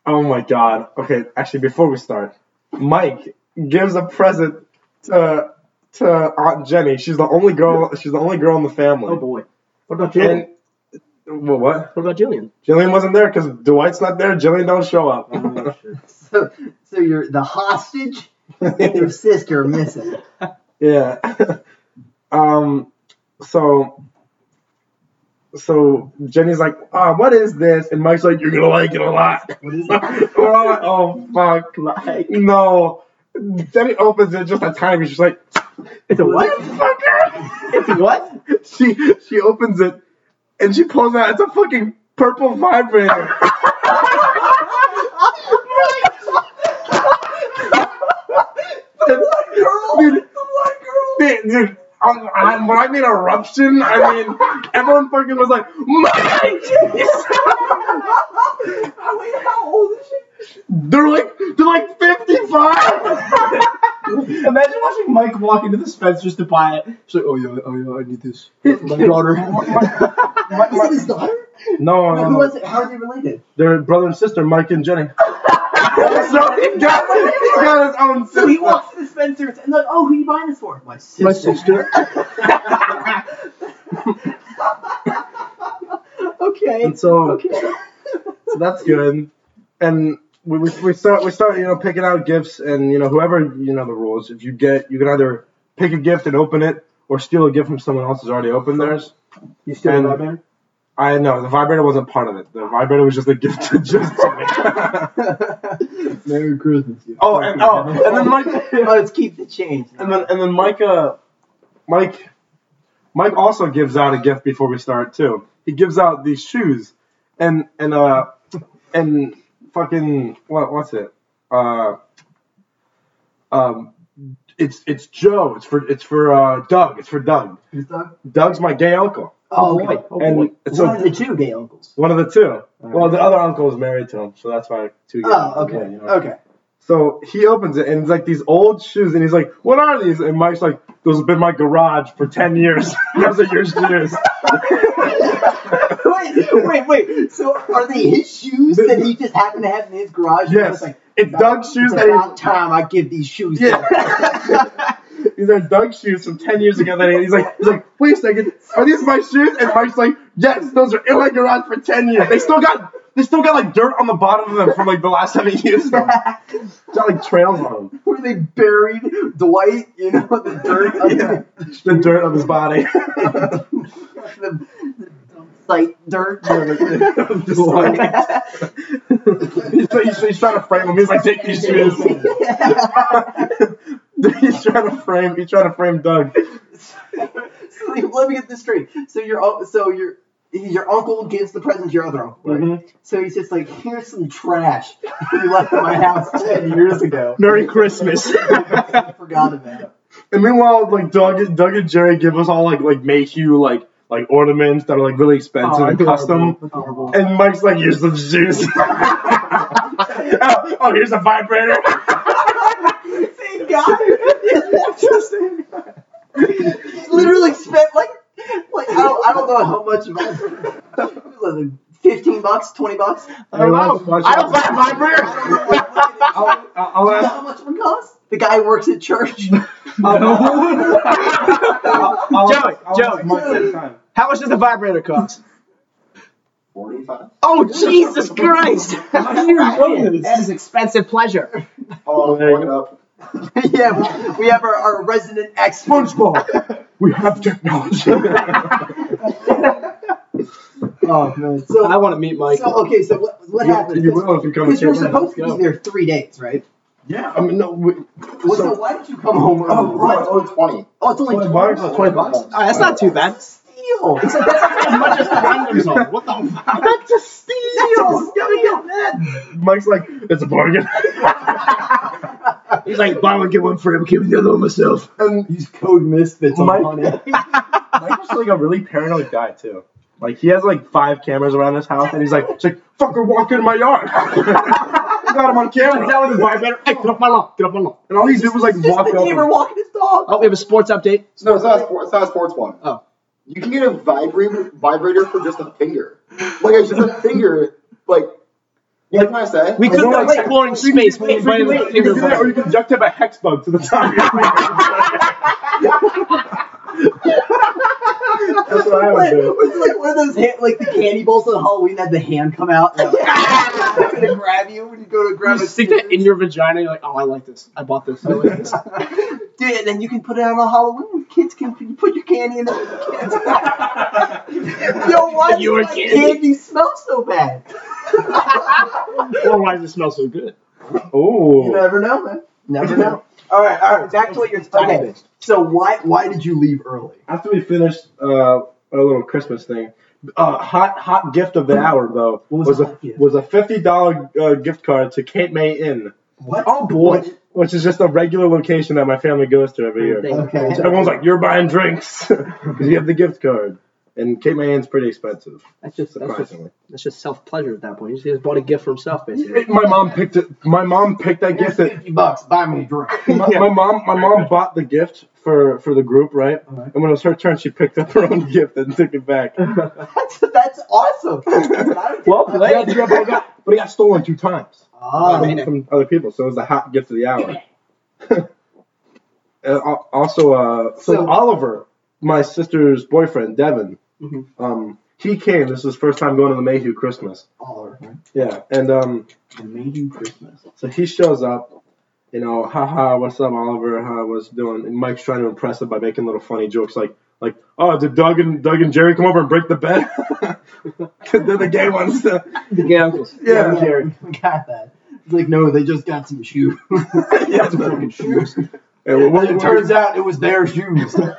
S3: oh my god. Okay, actually, before we start, Mike gives a present to to Aunt Jenny. She's the only girl. She's the only girl in the family.
S4: Oh boy. What about Jillian?
S3: and well, what?
S4: what about Jillian?
S3: Jillian wasn't there because Dwight's not there. Jillian don't show
S4: Oh,
S3: up.
S1: So, so you're the hostage and your sister are missing.
S3: yeah. um. So. So Jenny's like, ah, what is this? And Mike's like, you're gonna like it a lot.
S1: What is
S3: We're all like, oh fuck, no. Jenny opens it just a tiny bit. She's like,
S4: It's a what?
S3: motherfucker.
S4: It's a what?
S3: she she opens it and she pulls out. It's a fucking purple vibrator. Dude, Dude, dude, um, I, when I mean eruption, I mean everyone fucking was like, my Jesus!
S1: Wait, how old is she?
S3: they're like, they're like 55.
S2: Imagine watching Mike walk into the Spencer's to buy it. She's like, oh yeah, oh yeah, I need this. My daughter.
S1: Is it his daughter?
S3: no,
S1: No,
S3: no,
S1: who
S3: no,
S1: was it? How are they related?
S3: they're brother and sister, Mike and Jenny. so he got, he got his own sister.
S1: So he walks to Spencer's and like, oh, who you buying this for? My sister.
S2: My sister.
S1: Okay.
S3: And so,
S1: Okay.
S3: so that's good. And we, we, we start we start you know picking out gifts and you know whoever you know the rules. If you get you can either pick a gift and open it or steal a gift from someone else who's already opened theirs.
S4: You still
S3: And-
S4: alive, man?
S3: I know the vibrator wasn't part of it. The vibrator was just a gift to just to me.
S2: Merry Christmas. Yeah.
S3: oh and oh and then Mike
S1: Let's keep the change.
S3: and then and then Mike uh Mike Mike also gives out a gift before we start too. He gives out these shoes and and uh and fucking what what's it? Uh um it's it's Joe. It's for it's for uh Doug. It's for Doug. Doug's my gay uncle.
S1: Oh,
S4: boy.
S1: boy.
S4: Oh,
S3: and
S4: boy.
S3: so
S1: One of the two gay uncles.
S3: one of the two. Well, the other uncle is married to him, so that's why two. gay
S1: Oh,
S3: uncles,
S1: okay.
S3: you know.
S1: Okay.
S3: So he opens it and it's like these old shoes and he's like, What are these? And Mike's like, Those have been my garage for ten years. Those are your shoes.
S1: wait, wait, wait. So are they his shoes that he just happened to have in his garage? And I was
S3: yes.
S1: Like,
S3: it's Doug's shoes
S1: it's
S3: that
S1: about
S3: he
S1: time I give these shoes. to
S3: Yeah. These are Doug's shoes from ten years ago that he, he's like he's like, wait a second, are these my shoes? And Mike's like, Yes, those are in my garage for ten years. They still got They still got like dirt on the bottom of them from like the last time he used them. Got like trails on them.
S1: Where they buried Dwight, you know, the dirt under
S3: The dirt on his body.
S1: the, the dump site dirt.
S3: Just like- he's, he's, he's trying to frame him. He's like, take these shoes. he's trying to frame. He's trying to frame Doug.
S1: so like, let me get this straight. So your un- so your your uncle gives the present to your other uncle. Right? So he's just like, here's some trash you left at my house ten years ago.
S4: Merry Christmas.
S1: I forgot about. it.
S3: And meanwhile, like Doug, and Doug and Jerry give us all like like Mayhew like like ornaments that are like really
S4: Oh,
S3: expensive and custom.
S2: Adorable.
S3: And Mike's like, here's some shoes. oh, oh, here's a vibrator.
S1: Same guy. He literally spent like like I don't, I don't know how much. Of, Fifteen bucks, twenty bucks.
S4: I don't know. I don't buy a
S1: I
S4: vibrator.
S1: don't know, like, look at it.
S3: I'll, I'll
S1: You know
S3: ask.
S1: how much it would cost? The guy who works at church.
S3: I'll, I'll ask-
S4: Joey,
S3: I'll
S4: Joey.
S3: ask Mike next time.
S4: How much does a vibrator cost?
S1: Forty-five.
S4: Oh Jesus Christ!
S2: That
S4: That is expensive pleasure.
S2: Oh,
S3: there you
S2: up.
S1: yeah, we have our, our resident expert.
S3: SpongeBob, we have technology.
S1: Oh man. So
S4: I want to meet Mike.
S1: So okay, so what, what happened?
S3: you will if you come.
S1: Because
S3: to
S1: you were
S3: Canada.
S1: supposed to
S4: Let's
S1: be
S4: go.
S1: there three days, right?
S3: Yeah, I mean, no. We,
S1: Well, so, why did you come home early?
S3: Oh, right.
S1: oh, it's only 20. Oh, it's only 20 bucks.
S3: bucks.
S1: 20 bucks.
S4: All right, that's not too bad.
S1: Steal. It's
S4: That's not as much as the Rhinos are. What the fuck? That's a steal.
S3: Mike's like, it's a bargain.
S4: He's like, buy one, get one for him, give the other one myself.
S3: and
S1: Use code misfits on
S3: Mike-
S1: money.
S3: Mike's just like a really paranoid guy too. Like he has like five cameras around his house, and he's like, it's like fucker walked in my yard. Got him on camera,
S4: with a vibrator? Hey, get off my lawn. Get off my lawn.
S3: and all he did was like
S1: Just
S3: walk
S1: the
S3: up.
S1: neighbor
S3: and-
S1: walking his dog.
S4: Oh, we have a sports update.
S5: No, it's not a sports, it's not a sports one.
S4: Oh.
S5: You can get a vibrator, vibrator for just a finger. Like, it's just a finger, like, you know what I'm trying to say?
S4: We
S5: Like,
S4: could have
S5: no,
S4: been
S5: like,
S4: exploring space. We
S3: You can
S4: invited
S3: do
S4: the
S3: that, you can do that, or you can duct tape a hex bug to the top. of your finger. That's what I would
S1: Like,
S3: do.
S1: was it like one of those hand, like the candy bowls on Halloween that the hand come out and it's gonna grab you when you go to grab
S4: You
S1: a
S4: stick that in your vagina. You're like, oh, I like this. I bought this. I like this.
S1: Dude, and then you can put it on a Halloween. Kids can you put your candy in the kids. Yo, why does
S4: Your
S1: my
S4: candy.
S1: candy smell so bad?
S4: or why does it smell so good?
S1: You
S3: Oh,
S1: never know, man. Never know. All right, all right. Back to what you're okay. So why why did you leave early?
S3: after we finished uh, our little Christmas thing, uh, hot hot gift of the hour though
S1: What was
S3: was
S1: the
S3: a
S1: hot gift?
S3: was a fifty dollar uh, gift card to Cape May Inn,
S1: What?
S4: Oh boy.
S3: which is just a regular location that my family goes to every year.
S1: Okay.
S3: So everyone's like, "You're buying drinks because you have the gift card," and Cape May Inn's pretty expensive,
S4: That's just that's just,
S3: surprisingly.
S4: that's just self pleasure at that point. He just- he just bought a gift for himself, basically.
S3: It- my mom picked it. My mom picked that gift. That,
S1: Fifty bucks. Buy me a drink.
S3: my, my mom, my mom bought the gift for for the group, right?
S1: Alright.
S3: And when it was her turn, she picked up her own gift and took it back.
S1: That's that's awesome.
S3: Well played. But it got, but it got stolen two times
S1: Oh,
S4: man.
S3: from other people, so it was the hot gift of the hour. and al- also, uh, so,
S1: So-
S3: Oliver, my sister's boyfriend, Devin,
S4: Mhm.
S3: um, he came. This was his first time going to the Mayhew Christmas.
S1: all right.
S3: Yeah, and um,
S1: Amazing Christmas.
S3: so he shows up. You know, haha, what's up, Oliver? How what's doing? And Mike's trying to impress him by making little funny jokes like, like, oh, did Doug and Doug and Jerry come over and break the bed? 'Cause they're the gay ones. uh, yeah,
S4: The gay uncles.
S1: Yeah, yeah,
S3: Jerry.
S1: we, we got that. It's like no, they just got some shoes.
S3: Yeah, it's freaking shoes. Yeah, well, what-
S1: it turns out it was their shoes. Hand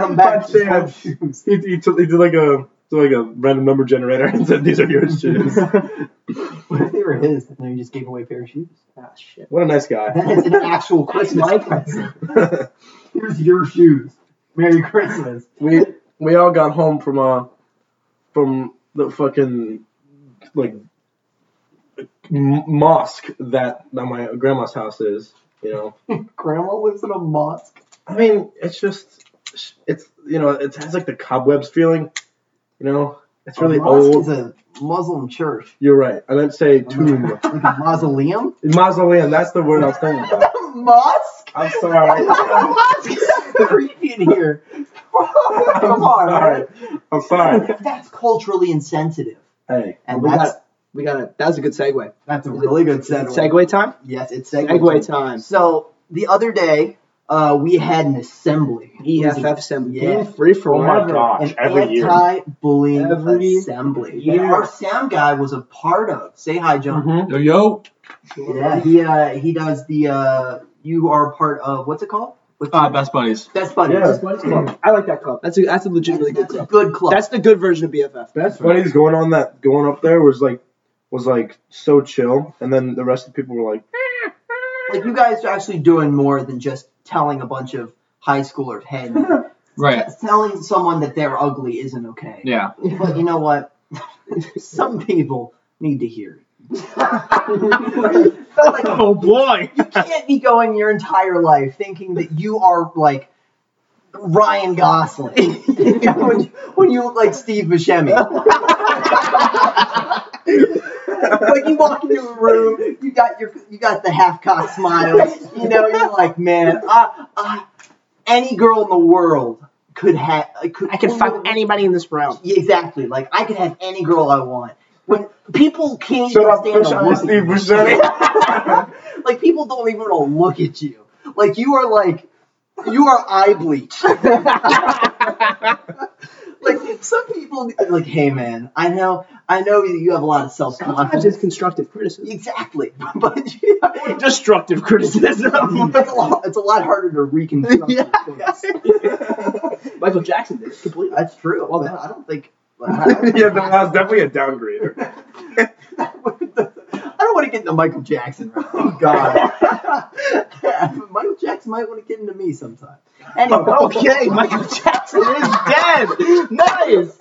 S1: them back. just have shoes.
S3: he, he, took, he did like a did like a random number generator and said these are your shoes.
S1: What if they were his and they just gave away a pair of shoes?
S4: Ah, shit.
S3: what a nice guy.
S1: That is an actual Christmas
S4: Mike.
S1: present. Here's your shoes. Merry Christmas.
S3: we we all got home from uh from the fucking like m- mosque that, that my grandma's house is. You know,
S1: Grandma lives in a mosque.
S3: I mean, it's just it's you know it has like the cobwebs feeling. You know, it's really
S1: a mosque is
S3: old.
S1: a Muslim church.
S3: You're right. I meant to say tomb.
S1: Like a mausoleum?
S3: Mausoleum. That's the word I was thinking about.
S1: A mosque?
S3: I'm sorry.
S1: A mosque? That's creepy in here. Come on.
S3: I'm sorry. I'm sorry.
S1: man. That's culturally insensitive.
S7: Hey,
S4: And
S7: we
S4: that's
S7: got
S4: we got a that was a good segue.
S1: That's a
S7: a really
S1: really
S7: good segue.
S4: Segue time.
S7: Yes, it's
S4: Segue time.
S1: So the other day, uh, we had an assembly.
S4: EFF E assembly.
S1: Yeah.
S4: Free for
S3: Oh
S4: all.
S3: my gosh,
S1: an
S3: every year.
S1: anti-bullying
S4: Every
S1: assembly. And
S4: year. Mm-hmm.
S1: our sound guy was a part of. Say hi, John.
S3: Yo, yo.
S1: Yeah, he uh, he does the uh, you are part of what's it called? What's
S4: Uh,
S2: Ah, best buddies.
S1: Best buddies.
S3: Yeah.
S1: Best buddies club.
S4: I like that club. That's a that's a legit really good
S1: That's a
S4: club.
S1: good club.
S4: That's the good version of BFF.
S3: Best buddies going on that going up there was like was like so chill, and then the rest of the people were like,
S1: like you guys are actually doing more than just telling a bunch of high schoolers, hey, man,
S2: Right.
S1: telling someone that they're ugly isn't okay.
S2: Yeah.
S1: But you know what? Some people need to hear it. Like,
S4: Oh boy.
S1: you can't be going your entire life thinking that you are like Ryan Gosling when, you- when you look like Steve Buscemi. like you walk into a room, you got your you got the half cock smile. You know, you're like, man, I, I, any girl in the world could have could
S4: I can fuck anybody in this room.
S1: Yeah, Exactly, like I could have any girl I want. When people can't
S3: "Shut
S1: even stand
S3: up, push
S1: to
S3: on
S1: look
S3: you,
S1: at you.
S3: Steve Buscemi."
S1: like people don't even want to look at you. Like you are like you are eye bleach. like some people like, hey man, I know I know that you have a lot of self
S4: Sometimes
S1: confidence.
S4: it's constructive criticism.
S1: Exactly, but you know,
S4: Destructive criticism.
S1: it's, a lot, it's a lot harder to reconstruct. your thoughts.
S4: Michael Jackson did it completely.
S1: That's true.
S4: Well
S1: but
S4: done.
S1: I don't think. I don't,
S3: yeah, that was definitely a downgrade.
S1: I don't want to get into Michael Jackson. Right oh God, Michael Jackson might want to get into me sometime. Anyway,
S3: Oh,
S4: Okay, Michael Jackson is dead. Nice.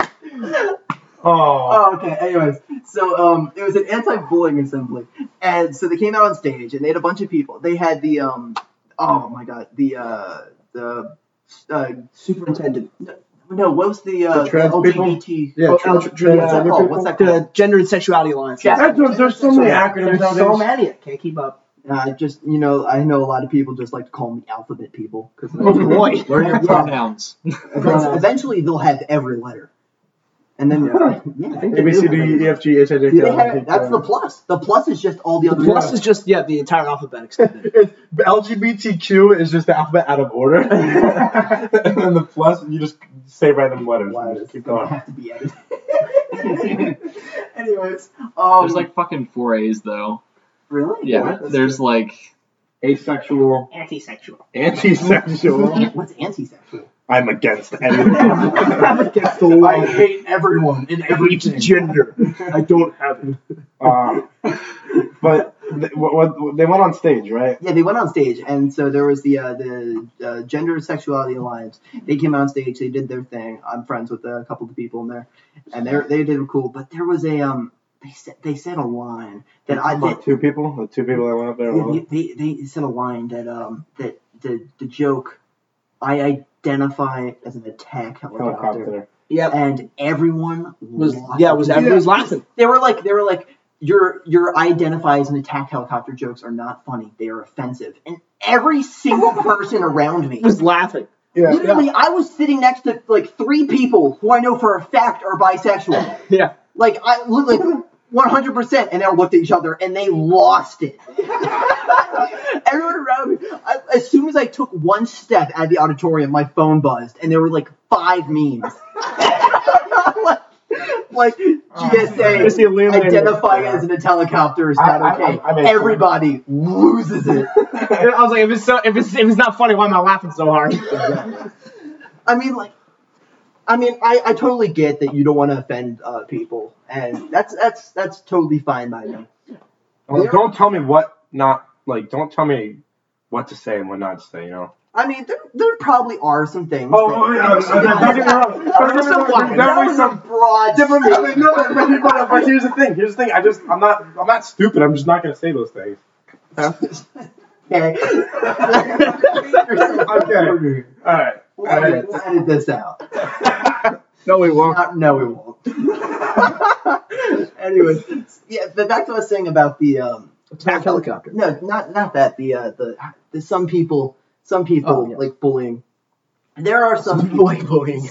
S3: Oh,
S1: Oh, okay. Anyways, so um, it was an anti-bullying assembly, and so they came out on stage, and they had a bunch of people. They had the um, oh my god, the uh, the uh,
S4: Superintendent.
S1: no, what was the uh,
S3: The trans people?
S1: LGBT?
S3: yeah.
S1: oh,
S3: tr- tr- tr-
S1: what's that
S3: uh,
S1: called? What's that called?
S4: The Gender and Sexuality Alliance.
S1: Yeah.
S3: That's what- there's so many acronyms
S4: There's so
S3: nowadays.
S4: many. I can't keep up.
S1: Uh, just you know, I know a lot of people just like to call me alphabet people because
S4: Oh boy.
S2: Learn your
S1: Yeah.
S2: pronouns.
S1: eventually they'll have every letter, and then yeah,
S3: A B C D E F G H I uh, J K.
S1: They
S3: L, M, N,
S1: have,
S3: P,
S1: that's the
S3: Q,
S1: plus. The plus is just all the other.
S4: Plus
S1: letters.
S4: is just yeah the entire alphabet extended.
S3: It's- but LGBTQ is just the alphabet out of order, and then the plus you just say random letters.
S1: Why
S3: and
S1: does
S3: just keep
S1: it
S3: going.
S1: have to be edited? Anyways, um,
S2: There's like fucking four A's though.
S1: really
S2: Yeah. There's like
S3: Asexual,
S4: Antisexual.
S3: antisexual.
S1: what's anti-sexual?
S3: I'm against anything.
S4: Against the law.
S1: hate everyone and
S4: gender. I don't have it.
S3: Uh, but th- what, what, they went on stage, right?
S1: Yeah, they went on stage, and so there was the uh, the uh, Gender Sexuality Alliance. They came on stage, they did their thing. I'm friends with a couple of the people in there, and they they did cool. But there was a um, they said they said a line that I
S3: Like
S1: did.
S3: two people, the two people that went up there.
S1: Yeah, they, they, they said a line that um that the the joke, I identify it as an attack helicopter.
S3: helicopter.
S4: Yeah.
S1: and everyone
S4: Was
S1: laughed.
S4: yeah was everyone was laughing.
S1: They were like they were like your your identify as an attack helicopter jokes are not funny. They are offensive. And every single person around me
S4: Was laughing.
S3: Yeah,
S1: literally I was sitting next to like three people who I know for a fact are bisexual.
S4: Yeah.
S1: Like I like 100% and they all looked at each other and they lost it. Everyone around me. I, as soon as I took one step out of the auditorium, my phone buzzed and there were like five memes. like, like
S3: Oh,
S4: It's the
S1: GSA
S4: illuminator.
S1: identifying as an helicopter is not
S3: I- I-
S1: okay.
S3: I- I made fun.
S1: Everybody loses it.
S4: I was like, if it's so, if it's if it's not funny, why am I laughing so hard?
S1: I mean, like, I mean, I, I totally get that you don't want to offend uh, people, and that's that's that's totally fine by me.
S3: Don't, don't tell me what not like. Don't tell me what to say and what not to say. You know.
S1: I mean, there, there probably are some things. that,
S3: Oh, yeah. Don't get me wrong. Don't get me
S1: that
S3: wrong, There
S1: was
S3: was
S1: a
S3: some.
S1: broad.
S3: No, but- no, but- but here's the thing. Here's the thing. I just, I'm not, I'm not stupid. I'm just not gonna say those things.
S1: Okay.
S3: Okay. All right.
S1: We'll edit, we'll edit this out.
S3: No, we won't.
S1: Uh, no, we won't. anyway, yeah, but back to what I was saying about the um,
S4: Attack helicopter.
S1: No, not not that. The uh, the, the some people some people
S4: Oh, yeah.
S1: like bullying. There are some people like bullying.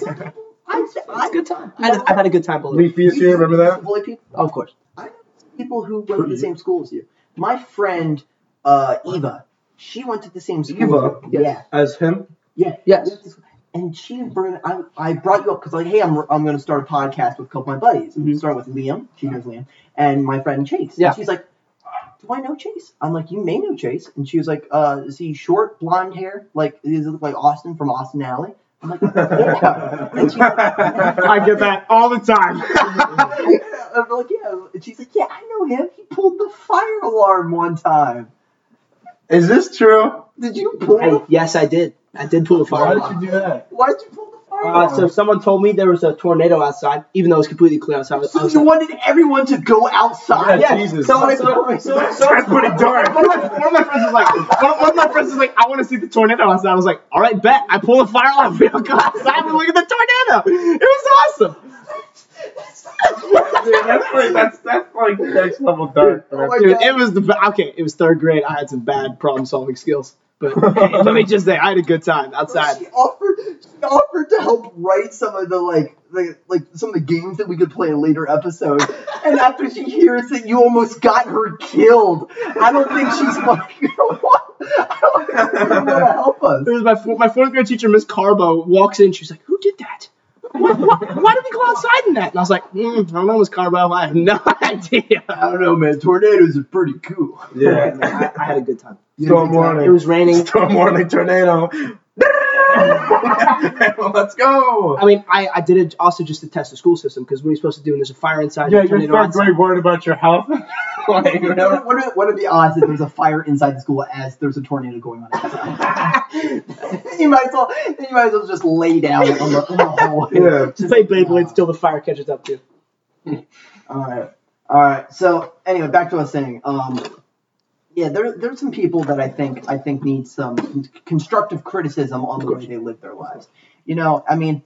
S1: I I,
S4: It's
S1: I,
S4: a good time. I had, I've had a good time, believe me.
S3: Leafy is here, remember that?
S1: Holy people.
S4: Of course.
S1: I know people who went to the same school as you. My friend uh, Eva, she went to the same school.
S8: Eva?
S1: Yeah,
S8: As him?
S1: yeah,
S4: Yes.
S1: And she and Vernon, I, I brought you up because like, hey, I'm, I'm going to start a podcast with a couple of my buddies.
S4: Mhm.
S1: Starting with Liam, she knows Liam, and my friend Chase.
S4: Yeah.
S1: And she's like, do I know Chase? I'm like, you may know Chase. And she was like, uh, is he short, blonde hair? Like, does he look like Austin from Austin Alley? I'm like, yeah. and she's like,
S4: I get that all the time.
S1: I'm like, yeah. And she's like, yeah, I know him. He pulled the fire alarm one time.
S3: Is this true?
S1: Did you pull?
S4: Hey,
S1: the,
S4: yes, I did. I did pull the
S3: Why
S4: fire.
S3: did you do that?
S1: why did you pull the fire
S4: Uh,
S1: alarm?
S4: so someone told me there was a tornado outside, even though it was completely clear outside. I was- I
S1: so
S4: was
S1: you
S4: like,
S1: wanted everyone to go outside.
S3: Yeah, Jesus.
S1: So I
S3: That's pretty dark.
S4: one, of my, one of my friends is like, one of, one of my friends is like, I want to see the tornado outside. I was like, all right, bet. I pull the fire alarm. We don't go outside. We look at the tornado. It was awesome.
S3: Dude, that's, pretty, that's, that's like next level dark.
S1: Oh my
S4: Dude,
S1: God.
S4: it was the be- okay. It was third grade. I had some bad problem solving skills, but hey, let me just say, I had a good time outside.
S1: She offered, she offered to help write some of the like, the, like some of the games that we could play in later episodes. And after she hears that you almost got her killed, I don't think she's fucking. I don't think she's gonna want to help us.
S4: It was my fo- my fourth grade teacher, Miss Carbo, walks in. She's like, "Who did that? What, what, why did we go outside in that?" And I was like, mm, "I don't know, Miss Carbo. I have no idea."
S1: I don't know, man. Tornadoes are pretty cool.
S3: Yeah.
S4: I, I had a good time.
S3: Storm warning.
S4: It was raining.
S3: Storm warning tornado. Let's go.
S4: I mean, I, I did it also just to test the school system because what are you supposed to do when there's a fire inside?
S3: Yeah,
S4: and a
S3: you're
S4: tornado
S3: third
S4: outside?
S3: grade worried about your health. like,
S1: What
S3: you
S1: are,
S3: know,
S1: what, are, what are the odds that there's a fire inside the school as there's a tornado going on outside? you might as well, you might as well just lay down on the, on the hallway.
S3: Yeah.
S4: Just play Beyblades till the fire catches up to you.
S1: All right. All right. So anyway, back to what I was saying. Um, yeah, there there's some people that I think I think need some con- constructive criticism on the way they live their lives. You know, I mean,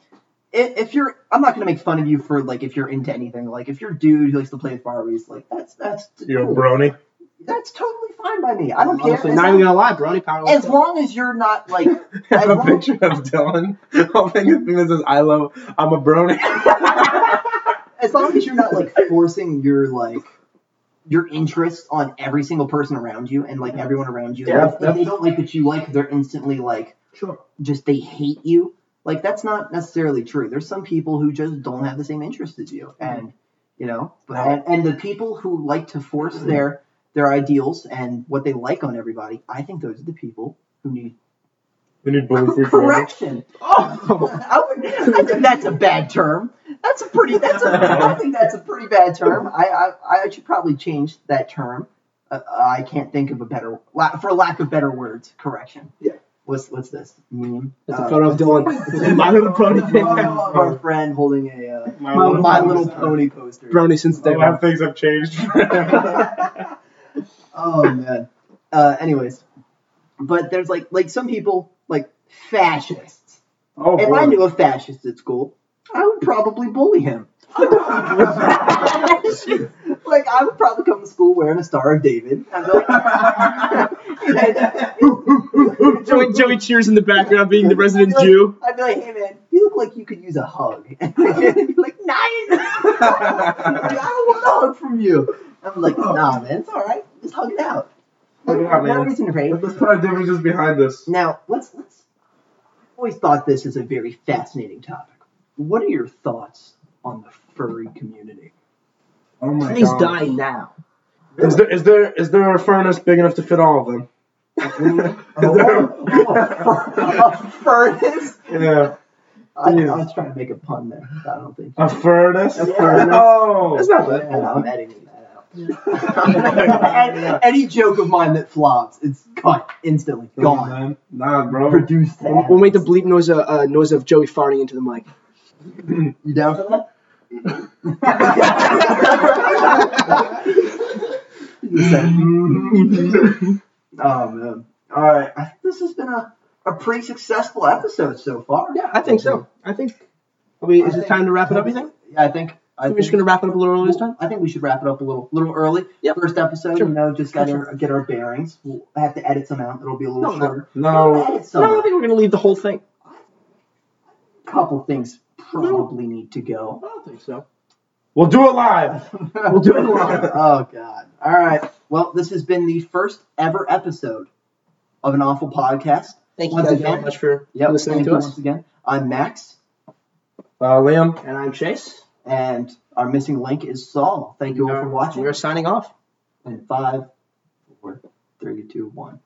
S1: if, if you're, I'm not gonna make fun of you for like if you're into anything. Like if you're a dude who likes to play with Barbies, like that's that's
S3: you're a
S1: cool.
S3: brony.
S1: That's totally fine by me. I don't care.
S4: Honestly,
S1: As
S4: not
S1: long-
S4: even gonna lie, Brony Power.
S1: as long as you're not like
S3: I
S1: as
S3: have a
S1: long,
S3: picture of Dylan. I'll think of thing that says, I love, I'm a brony.
S1: as long as you're not like forcing your like your interests on every single person around you and like everyone around you.
S3: Yeah,
S1: Like, if they don't like what you like, they're instantly like
S8: Sure.
S1: just they hate you. Like that's not necessarily true. There's some people who just don't have the same interests as you,
S3: Mm-hmm.
S1: and you know, but, and, and the people who like to force
S3: Mm-hmm.
S1: their their ideals and what they like on everybody, I think those are the people who need
S3: we need bully free forever.
S1: correction.
S4: Oh,
S1: I would, I think that's a bad term. That's a pretty. That's a, I think that's a pretty bad term. I I, I should probably change that term. Uh, I can't think of a better la- for lack of better words. Correction.
S4: Yeah.
S1: What's what's this meme?
S4: that's
S1: Uh,
S4: a photo of Dylan. It's in my little Brony.
S1: photo of our friend holding a uh,
S3: My
S1: My,
S3: Little
S1: My
S3: Pony
S1: Little
S3: sign.
S1: Pony poster.
S4: Brony since
S3: A
S4: day
S3: lot
S4: one.
S3: of things have changed forever.
S1: Oh man. Uh, anyways, but there's like like some people like fascists.
S3: Oh,
S1: If
S3: boy.
S1: I knew a fascist at school, I would probably bully him. like I would probably come to school wearing a Star of David. And be like,
S4: Joey, Joey cheers in the background, being the resident
S1: I'd be like-
S4: Jew.
S1: I'd be like, hey man, you look like you could use a hug. And he'd be like, nine. I don't want a hug from you. I'm like, nah, man, it's all right. Just hug it out.
S3: Hug it out,
S1: No
S3: man.
S1: reason to pray.
S3: Let's put our differences behind us.
S1: Now, let's let's I've always thought this is a very fascinating topic. What are your thoughts on the furry community?
S3: Oh my
S4: Please
S3: God.
S4: die now.
S3: Is there is there is there a furnace big enough to fit all of them?
S4: Oh.
S3: Is
S1: a furnace?
S3: there, yeah,
S1: I, I
S3: Yeah.
S1: was trying to make a pun there, but I don't think.
S3: a furnace.
S1: A furnace.
S3: Oh,
S4: That's not
S1: Yeah,
S4: bad.
S1: I'm editing that out. Any- Any joke of mine that flops, it's cut instantly, gone,
S3: Man. Nah, bro.
S1: reduced. to
S4: We'll make the bleep noise, uh, uh, noise of Joey farting into the mic.
S1: atoms. You down for that? oh man! All right, I think this has been a, a pretty successful episode so far.
S4: Yeah, I think so. I think. Are we, is it time to wrap it up? You think?
S1: Yeah, I think. I
S4: Are we
S1: think
S4: just gonna wrap it up a little early this time?
S1: I think we should wrap it up a little, little early.
S4: Yep.
S1: First episode,
S4: Sure.
S1: you know, just gotta
S4: Sure.
S1: get our bearings. We'll have to edit some out. It'll be a little
S4: No, no.
S1: shorter.
S3: No,
S1: Edit some
S4: No, I
S1: out.
S4: think we're gonna leave the whole thing.
S1: couple things probably need to go.
S9: I don't think so.
S3: We'll do it live.
S1: We'll do it live. oh God. All right. Well, this has been the first ever episode of an awful podcast.
S4: Thank you
S1: Once
S4: guys
S1: again,
S4: very much for
S1: Yep.
S4: listening
S1: thank
S4: to
S1: you
S4: us.
S1: once again. I'm Max,
S3: Uh, Liam.
S4: And I'm Chase.
S1: and our missing link is Saul. Thank you all for watching.
S4: We're signing off.
S1: And five, four, three, two, one.